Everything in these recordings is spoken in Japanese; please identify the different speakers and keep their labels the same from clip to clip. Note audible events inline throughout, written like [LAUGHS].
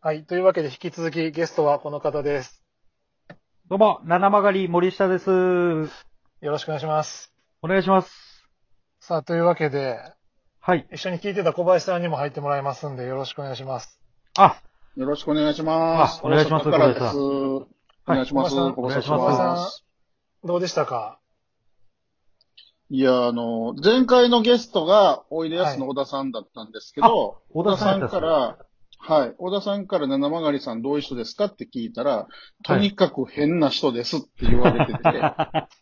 Speaker 1: はい。というわけで、引き続きゲストはこの方です。
Speaker 2: どうも、七曲り森下です。お
Speaker 1: よろしくお願いします。
Speaker 2: 願いします。
Speaker 1: さあ、というわけで、
Speaker 2: はい。
Speaker 1: 一緒に聞いてた小林さんにも入ってもらいますんで、よろしくお願いします。
Speaker 2: あ、
Speaker 3: よろしくお願いします。
Speaker 2: あお願いします
Speaker 3: 大阪からです。
Speaker 2: 小
Speaker 3: お願いします。
Speaker 1: はい
Speaker 3: ご無沙汰して
Speaker 2: お願いし
Speaker 1: ま
Speaker 3: ますす。
Speaker 1: どうでしたか
Speaker 3: いや、あの、前回のゲストが、おいでやすの小田さんだったんですけど、
Speaker 2: 小
Speaker 3: 小田さんか。ら、はい、小田さんから七曲りさんどういう人ですかって聞いたら、とにかく変な人ですって言われ [LAUGHS] てて、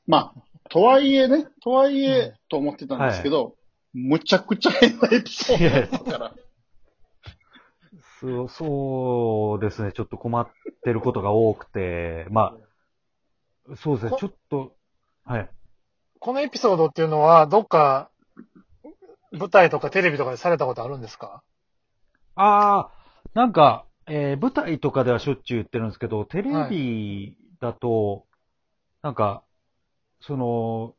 Speaker 3: まあ、とはいえね、とはいえ、と思ってたんですけど、むちゃくちゃ変なエピソードだった [LAUGHS] から、
Speaker 2: そうそうですね、ちょっと困ってることが多くて、まあ、そうですね、ちょっと、はい。
Speaker 1: このエピソードっていうのは、どっか、舞台とかテレビとかでされたことあるんですか
Speaker 2: あー、なんか、えー舞台とかではしょっちゅう言ってるんですけど、テレビだと、なんか、その、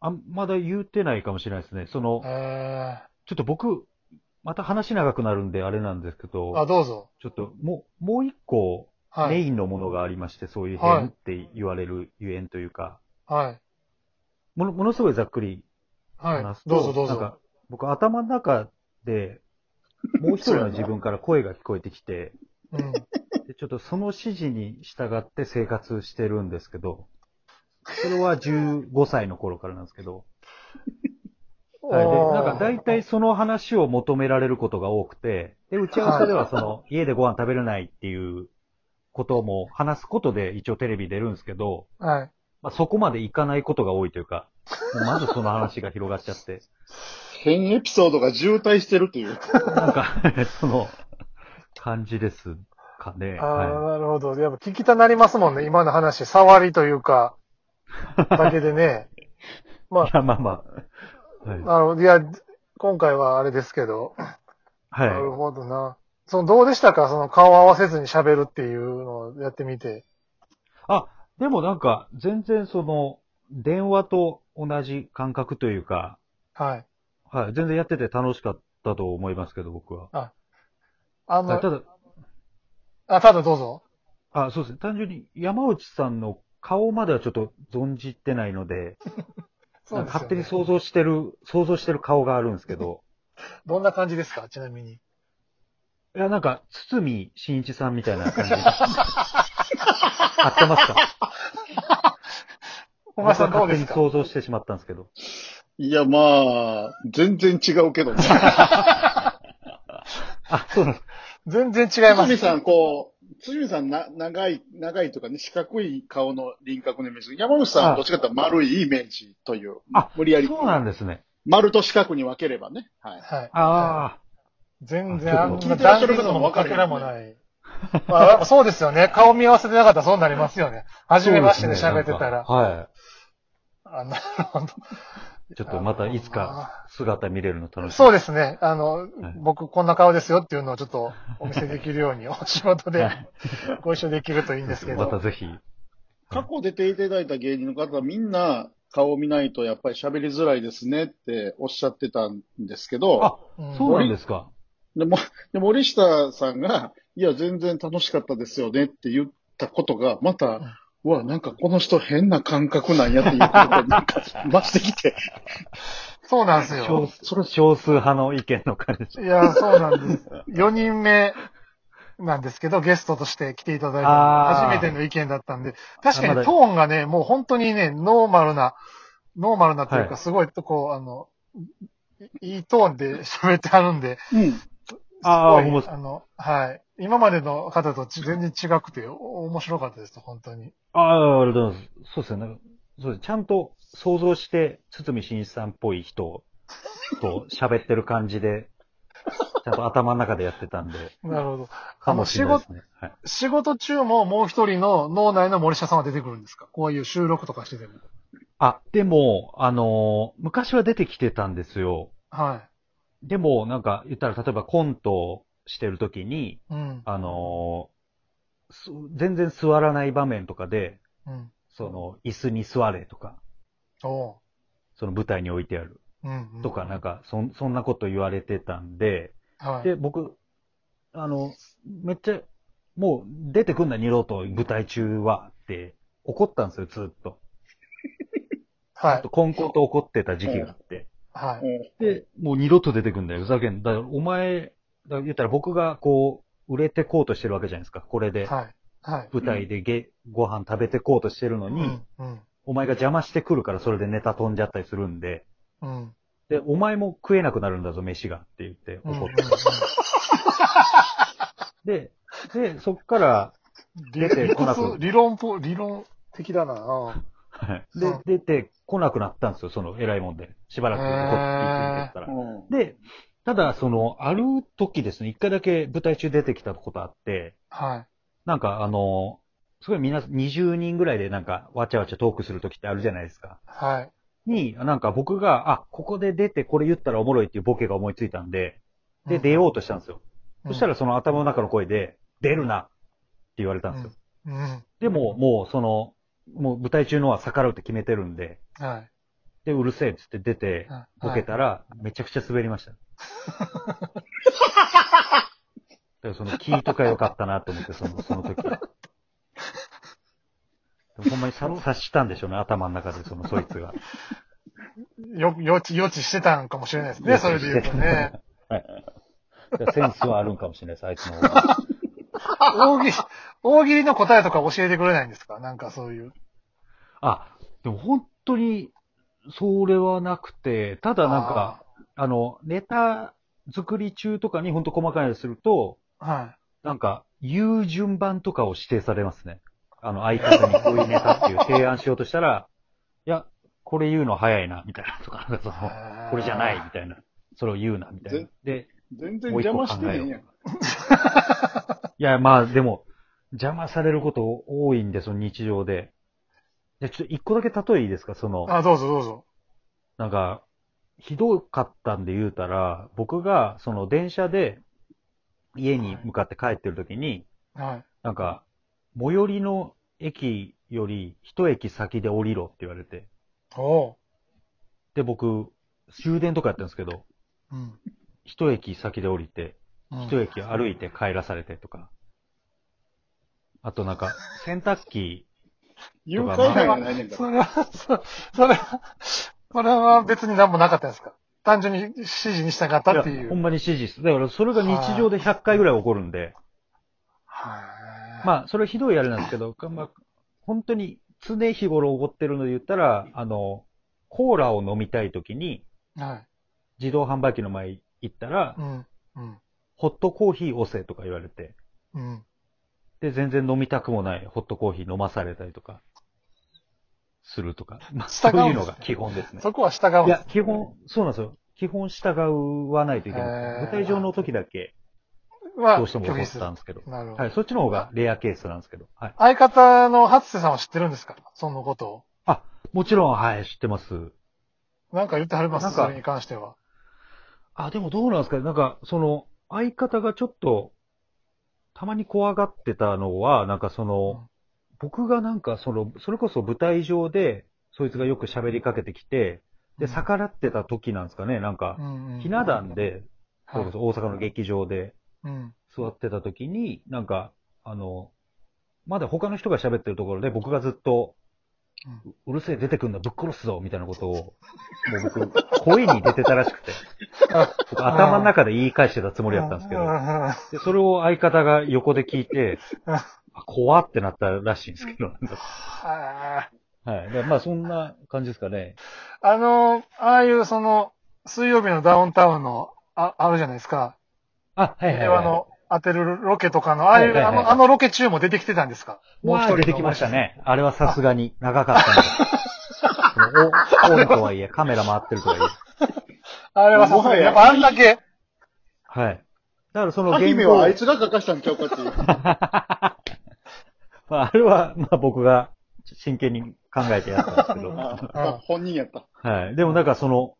Speaker 2: あんまだ言うてないかもしれないですね。その、
Speaker 1: え
Speaker 2: ちょっと僕、また話長くなるんであれなんですけど
Speaker 1: ー、、あ、どうぞ。
Speaker 2: ちょっと、もう、もう一個、
Speaker 1: は
Speaker 2: メ
Speaker 1: い。
Speaker 2: インのものがありまして、そういう
Speaker 1: はい
Speaker 2: 変って言われるゆえんというか、
Speaker 1: はい。
Speaker 2: ものものすごいざっくり
Speaker 1: は
Speaker 2: 話す
Speaker 1: い。
Speaker 2: と、
Speaker 1: どうぞどう
Speaker 2: なん
Speaker 1: ぞ
Speaker 2: か。僕頭の中で、もう一人の自分から声が聞こえてきて、 [LAUGHS]
Speaker 1: うん。
Speaker 2: でちょっとその指示に従って生活してるんですけど、それは15歳の頃からなんですけど、はい、で、なんか大体その話を求められることが多くて、で、打ち合わせではその、家でご飯食べれないっていうことも話すことで一応テレビ出るんですけど、
Speaker 1: はい。
Speaker 2: まあ、そこまでいかないことが多いというか、もうまずその話が広がっちゃって、
Speaker 3: 変エピソードが渋滞してるという。
Speaker 2: なんか、 [LAUGHS] その、感じですかね。
Speaker 1: ああ、
Speaker 2: は
Speaker 1: なるほど。やっぱ聞きたなりますもんね。今の話、触りという
Speaker 2: [LAUGHS]
Speaker 1: か、だけでね。ま
Speaker 2: い。いや、まあまあ。はい。
Speaker 1: あの、いや、今回はあれですけど、なる
Speaker 2: はい。
Speaker 1: ほどな。その、どうでしたかその顔合わせずに喋るっていうのをやってみて。
Speaker 2: でもなんか、全然その、電話と同じ感覚というか、
Speaker 1: はい。
Speaker 2: はい、全然やってて楽しかったと思いますけど、僕は。
Speaker 1: あ
Speaker 2: はい
Speaker 1: の
Speaker 2: た、だ、
Speaker 1: あ、ただどうぞ。
Speaker 2: あ、そうですね。単純に山内さんの顔まではちょっと存じてないので、なんか勝手に
Speaker 1: う。
Speaker 2: 想像してる、想像してる顔があるんですけど、
Speaker 1: どんな感じですかちなみに。
Speaker 2: いや、なんか、堤真一さんみたい
Speaker 1: [LAUGHS]
Speaker 2: な感じ。合ってますか
Speaker 1: 小林さんどうですか
Speaker 2: 僕は勝手に想像してしまったんですけど。
Speaker 3: いや、まあ、全然違うけどね。
Speaker 2: あ、そうなんです。
Speaker 1: 全然違い
Speaker 3: つ
Speaker 1: ます。
Speaker 3: みさん、こう、つみさんな、長い、長いとかね、四角い顔の輪郭のイメージ。山口さ
Speaker 2: あ
Speaker 3: ん、どっちかっていうと丸いイメージという。
Speaker 2: あ
Speaker 3: 無理やり。
Speaker 2: そうなんですね。
Speaker 3: 丸と四角に分ければね。はい。
Speaker 1: はい。
Speaker 2: あ
Speaker 1: 全
Speaker 2: あ
Speaker 1: 然、あん
Speaker 3: 聞
Speaker 1: ない
Speaker 3: てらっしゃる
Speaker 1: 断
Speaker 3: 方
Speaker 1: の
Speaker 3: も
Speaker 1: も
Speaker 3: わ
Speaker 1: か
Speaker 3: か
Speaker 1: け
Speaker 3: るよね
Speaker 1: らも
Speaker 2: [LAUGHS]
Speaker 1: ない。まあ、やっぱそうですよね。顔見合わせてなかったらそうなりますよね。
Speaker 2: あ。
Speaker 1: 初めましてで
Speaker 2: そう
Speaker 1: 喋っ
Speaker 2: す
Speaker 1: て
Speaker 2: ね
Speaker 1: た
Speaker 2: なん
Speaker 1: ら。
Speaker 2: かは
Speaker 1: あなるほど。
Speaker 2: い。ちょっとまたいつか姿見れるの楽しみ。
Speaker 1: そう
Speaker 2: で
Speaker 1: ですね。あの、
Speaker 2: い
Speaker 1: 僕こんな顔ですよっていうのをちょっとお見せできるようにお仕事で
Speaker 2: はい
Speaker 1: ご一緒できるといいんですけ
Speaker 2: また
Speaker 1: ど。
Speaker 2: ぜひ。
Speaker 3: 過去出ていただいた芸人の方はみんな顔を見ないとやっぱり喋りづらいですねっておっしゃってたんですけど、
Speaker 2: あ、
Speaker 1: うん
Speaker 2: そうなんですか。
Speaker 3: でも、 [LAUGHS] で森下さんが、いや、全然楽しかったですよねって言ったことが、また、うわ、なんかこの人変な感覚なんやっていうことがなんか増してきて、
Speaker 1: そうなんです
Speaker 2: 少
Speaker 1: よ。
Speaker 3: それ
Speaker 2: 少数派の意見の感じ。
Speaker 1: いや、そうなんです。4人目なんですけど、ゲストとして来ていただい
Speaker 2: あ
Speaker 1: た
Speaker 2: ー
Speaker 1: 初めての意見だったんで、確か
Speaker 2: あ
Speaker 1: に
Speaker 2: まだ
Speaker 1: トーンがね、もう本当にね、ノーマルな、ノーマルなという
Speaker 2: は
Speaker 1: か、
Speaker 2: い
Speaker 1: すごいとこう、あの、いいいトーンで喋ってあるんで、
Speaker 3: うん。
Speaker 2: ああ、
Speaker 1: す
Speaker 2: ほん
Speaker 1: ご
Speaker 2: ま
Speaker 1: いあの、はい。今までの方とち全然違くて、お面白かったです、本当に。
Speaker 2: ああ、ありがとうございます。そうですよね。そうですちゃんと想像して、堤真一さんっぽい人と喋ってる感
Speaker 1: [LAUGHS]
Speaker 2: じで、ちゃんと頭の中でやってたんで、
Speaker 1: なるほど。
Speaker 2: かもしれないですね。はい、
Speaker 1: 仕事中ももう一人の脳内の森下さんは出てくるんですかこういう収録とかしてても。
Speaker 2: あ、でも、あのー昔は出てきてたんですよ。
Speaker 1: は
Speaker 2: でも、なんか言ったら、例えばコントをしてる時に、
Speaker 1: い。うん。
Speaker 2: あのーす全然座らない場面とかで、
Speaker 1: うん。
Speaker 2: その、椅子に座れとか、
Speaker 1: おう。
Speaker 2: その舞台に置いてある
Speaker 1: うん、うん。
Speaker 2: とか、なんか、そん、そんなこと言われてたんで、
Speaker 1: はい。
Speaker 2: で、僕、あの、めっちゃもう出てくんな、二度と舞台中はって怒ったんですよ、ずっと。
Speaker 1: は
Speaker 2: ちょっ
Speaker 1: い
Speaker 2: と。コンコンと怒ってた時期があって。
Speaker 1: は
Speaker 3: う
Speaker 1: い。
Speaker 3: ん
Speaker 2: で、もう二度と出てくんだよ、ふざけんな。だからお前、だから言ったら僕がこう、売れてこうとしてるわけじゃないですか、これで。
Speaker 1: はい。はい。
Speaker 2: 舞台でげ、ご飯食べてこうとしてるの
Speaker 1: う
Speaker 2: に、
Speaker 1: ん。うん。
Speaker 2: お前が邪魔してくるからそれでネタ飛んじゃったりするんで、
Speaker 1: うん。
Speaker 2: で、お前も食えなくなるんだぞ、飯がって言って
Speaker 1: うん
Speaker 2: 怒って。で、で、そっから、出てこなく
Speaker 1: 理論ぽ、理論的だな。うん
Speaker 2: はい
Speaker 1: うん
Speaker 2: で、出てこなくなったんですよ、その偉いもんで。しばらく怒っていてたら。
Speaker 3: うん
Speaker 2: で、ただ、その、ある時ですね、一回だけ舞台中出てきたことあって、
Speaker 1: はい。
Speaker 2: なんかあの、すごいみんな20人ぐらいでなんかわちゃわちゃトークする時ってあるじゃないですか。
Speaker 1: はい。
Speaker 2: に、なんか僕が、あ、ここで出てこれ言ったらおもろいっていうボケが思いついたんで、で、出ようとしたんですよ。
Speaker 1: うん、
Speaker 2: そしたらその頭の中の声で、出るなって言われたんですよ。
Speaker 1: うん、うん。
Speaker 2: でも、もうその、もう舞台中のは逆らうって決めてるんで、
Speaker 1: はい。
Speaker 2: で、うるせえっつって出て、
Speaker 1: はい
Speaker 2: ボケたら、めちゃくちゃ滑り [LAUGHS] ました。だからその、聞いとかよかったなと思って、その、その時。でもほんまにさ察したんでしょうね、頭の中で、その、そい [LAUGHS] つが。
Speaker 1: よ、予知、予知してたんかもしれないですね、それで言うとね。
Speaker 2: [LAUGHS] だからセンスはあるんかもしれないです、あいつの方が。
Speaker 1: 大喜利、大喜利の答えとか教えてくれないんですかなんかそういう。
Speaker 2: [LAUGHS] あ、でも本当に、それはなくて、ただなんか、あの、ネタ作り中とかに本当細かいのすると、
Speaker 1: あー。はい。
Speaker 2: なんか、言う順番とかを指定されますね。あの、相方にこういうネタっていう提案しようとしたら、いや、これ言うの早いな、みたいなとか、なんかその、これじゃない、みたいな。それを言うな、みたいな
Speaker 3: ぜ。
Speaker 2: で、
Speaker 3: 全然邪魔してねえやん。
Speaker 2: いや、まあ、でも、邪魔されること多いんで、その日常で。で、ちょっと一個だけ例えいいですかその、
Speaker 1: あ、どうぞどうぞ。
Speaker 2: なんか、ひどかったんで言うたら、僕が、その電車で、家に向かって帰ってる時に、
Speaker 1: はい。
Speaker 2: なんか、最寄りの駅より一駅先で降りろって言われて。
Speaker 1: おう。
Speaker 2: で、僕、終電とかやったんですけど、
Speaker 1: うん。
Speaker 2: 一駅先で降りて、
Speaker 1: うん
Speaker 2: 一駅歩いて帰らされてとか。あとなんか、洗濯機、
Speaker 3: 誘拐犯やないねんか
Speaker 1: そ
Speaker 3: ら。
Speaker 1: れは、そそれは、それは別に何もなかったんですか単純に指示に従ったって
Speaker 2: い
Speaker 1: い
Speaker 2: や
Speaker 1: う。
Speaker 2: ほんまに指示です。だからそれが日常で100回ぐらい起こるんで、
Speaker 1: はい。
Speaker 2: まあ、それひどいあれなんですけ
Speaker 1: [LAUGHS]
Speaker 2: ど、まあ、本当に常日頃起こってるので言ったら、あの、コーラを飲みたい時に、
Speaker 1: はい。
Speaker 2: 自動販売機の前行ったら
Speaker 1: う、ん。うん。
Speaker 2: ホットコーヒー押せとか言われて、
Speaker 1: うん。
Speaker 2: で、全然飲みたくもないホットコーヒー飲まされたりとか、するとか。まあ、
Speaker 1: 従
Speaker 2: そう
Speaker 1: ですね
Speaker 2: うんいうのが基本ですね。
Speaker 1: そこは従うん
Speaker 2: い
Speaker 1: で
Speaker 2: や
Speaker 1: す、
Speaker 2: 基本、そうなんですよ。基本従わないといけ
Speaker 1: へ
Speaker 2: な
Speaker 1: ー
Speaker 2: い。舞台上の時だけ、
Speaker 1: は
Speaker 2: どうしても
Speaker 1: 拒
Speaker 2: 怒
Speaker 1: 否
Speaker 2: っ
Speaker 1: す
Speaker 2: た
Speaker 1: る
Speaker 2: ん。ですけど。
Speaker 1: なるほど。
Speaker 2: はい、そっちの方がレアケースなんですけど。はい。
Speaker 1: 相方の初瀬さんは知ってるんですかそのことを。
Speaker 2: もちろん、はい、知ってます。
Speaker 1: なんか言ってはります
Speaker 2: なんか
Speaker 1: それに関しては。
Speaker 2: あ、でもどうなんですかねなんか、その、相方がちょっと、たまに怖がってたのは、なんかその、僕がなんかその、それこそ舞台上で、そいつがよく喋りかけてきて、で、逆らってた時なんですかねなんか、
Speaker 1: うん、うん。
Speaker 2: ひな壇で、それこそ大阪の劇場で
Speaker 1: うん。
Speaker 2: 座ってた時に、なんか、あの、まだ他の人が喋ってるところで僕がずっと、うるせえ出てくんな、ぶっ殺すぞ、みたいなことを、もう僕、声に出てたらしくて、僕頭の中で言い返してたつもりだったんですけ
Speaker 1: う
Speaker 2: ど、
Speaker 1: んうん
Speaker 2: でそれを相方が横で聞いて、あ怖ってなったらしいんですけど、なんか
Speaker 1: あー
Speaker 2: はい。でまあそんな感じですかね。
Speaker 1: あの、ああいうその、水曜日のダウンタウンの、あ、あるじゃないですか。
Speaker 2: あ、はいはい、
Speaker 1: 令
Speaker 2: は
Speaker 1: 和
Speaker 2: い。
Speaker 1: の当てるロケとかの、ああいう、
Speaker 2: はいはいはい
Speaker 1: あの、あのロケ中も出てきてたんですか
Speaker 2: もう一人
Speaker 1: の
Speaker 2: 出てきました。ね。あれはさすがに長か [LAUGHS] ったんで。そのお、オンとはいえ、カメラ回ってるとはいえ。
Speaker 1: あれはさすがにやっぱあんだけ、
Speaker 2: はい。だからその
Speaker 3: ア
Speaker 2: 原
Speaker 3: ヒメ
Speaker 2: 稿、
Speaker 3: はあ
Speaker 2: あ
Speaker 3: いつが書かしたんちゃうかっていう。
Speaker 2: [LAUGHS] まあ、あれは、まあ僕が真剣に考えてやったんですけ
Speaker 1: [LAUGHS]
Speaker 2: ど。
Speaker 3: ああ本人やった。
Speaker 2: はい。でもなんかその、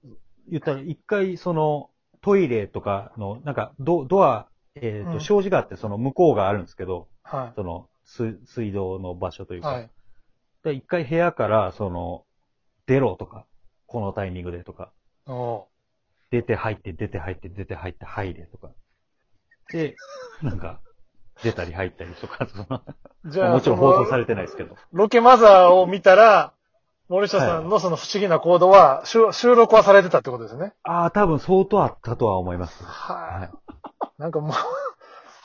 Speaker 2: 言ったら一回そのトイレとかの、なんかドドア、えっ、
Speaker 1: うん
Speaker 2: と、障子があってその向こうがあるんですけど、
Speaker 1: は
Speaker 2: その水水道の場所とい
Speaker 1: い。
Speaker 2: うか。
Speaker 1: はい。
Speaker 2: で一回部屋からその、出ろとか、このタイミングでとか、
Speaker 1: お
Speaker 2: 出て入って出て入って出て入って入れとか。で、なんか、出たり入ったりとか、その
Speaker 1: じゃあ、
Speaker 2: もちろん放送さ
Speaker 1: れ
Speaker 2: れてないですけど。
Speaker 1: ロケマザーを見たら、森下さんのその不思議な行動は、収収録はされてたってことですね。
Speaker 2: ああ、多分相当あったとは思います。
Speaker 1: は。
Speaker 2: はい
Speaker 1: なんかもう、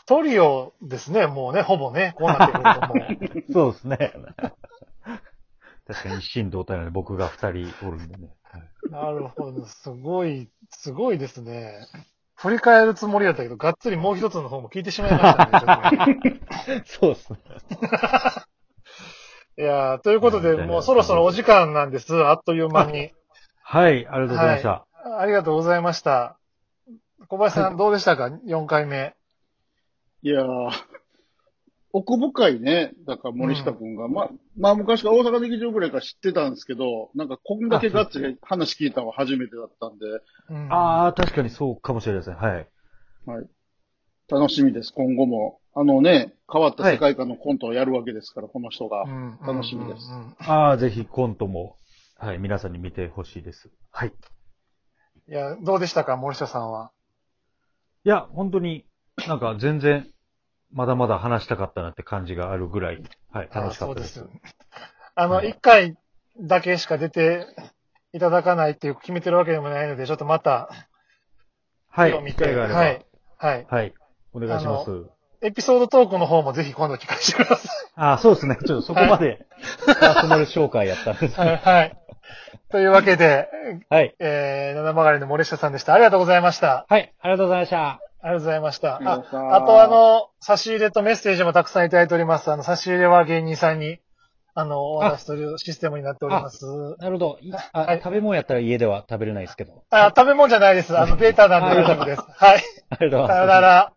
Speaker 1: トリオですね、もうね、ほぼね、こうなって
Speaker 2: [LAUGHS]
Speaker 1: くるとも。
Speaker 2: い。そうですね。確かに一心同体なので僕が二人おるんでね。はいう
Speaker 1: なるほど、すごい、すごいですね。振り返るつもりだったけど、がっつりもう一つの方も聞いてしまいましたねちょっとね。
Speaker 2: [LAUGHS] そうですね。
Speaker 1: いやーということで、もうそろそろお時間なんです。あっという間に。
Speaker 2: はい、ありがとうございました。
Speaker 1: ありがとうございました。小林さん、どうでしたか ?4 回目。
Speaker 3: いやー、奥深いね。だから森下君が。まあ、まあ昔から大阪劇場ぐらいから知ってたんですけど、なんかこんだけガッツリ話聞いたのは初めてだったんで、
Speaker 1: うん
Speaker 2: ああ、確かにそうかもしれません。はい。
Speaker 3: 楽しみです、今後も。あのね、変わった世界観のコントをやるわけですから、この人が。
Speaker 1: うん
Speaker 3: 楽しみです
Speaker 1: うんうんうん
Speaker 2: ああ、ぜひコントも、はい、皆さんに見てほしいです。はい。
Speaker 1: いや、どうでしたか、森下さんは。
Speaker 2: いや、本当に、なんか全然、まだまだ話したかったなって感じがあるぐらい、はい、楽しかったです。
Speaker 1: あそうです。あの、
Speaker 2: はい
Speaker 1: 1回だけしか出ていただかないっていう決めてるわけでもないので、ちょっとまた、
Speaker 2: はい、
Speaker 1: 手を見
Speaker 2: 機
Speaker 1: て、
Speaker 2: 会があれば、
Speaker 1: は
Speaker 2: はい
Speaker 1: い。、はい。
Speaker 2: お願いします
Speaker 1: あ。エピソードトークの方もぜひ今度聞かせてくださ
Speaker 2: ああ、そうですね。ちょっとそこまで、 [LAUGHS] パーソナル紹介やったんです
Speaker 1: い。はい、
Speaker 2: [LAUGHS]
Speaker 1: はい。というわけで、
Speaker 2: はい。
Speaker 1: えー、七曲りの森下さんでした。ありがとうございました。
Speaker 2: はい、ありがとうございました。
Speaker 1: ありがとうございました。
Speaker 3: ありがとうございまし
Speaker 1: あ、
Speaker 3: た
Speaker 1: あとあの、差し入れとメッセージもたくさんいただいております。あの、差し入れは芸人さんに、あの、お渡しというシステムになっております。
Speaker 2: なるほど。いあ
Speaker 1: はい
Speaker 2: 食べ物やったら家では食べれないですけど。
Speaker 1: あ、食べ物じゃないです。あの、データなんで大丈夫です。はい。
Speaker 2: ありがとうございます。
Speaker 1: さよなら。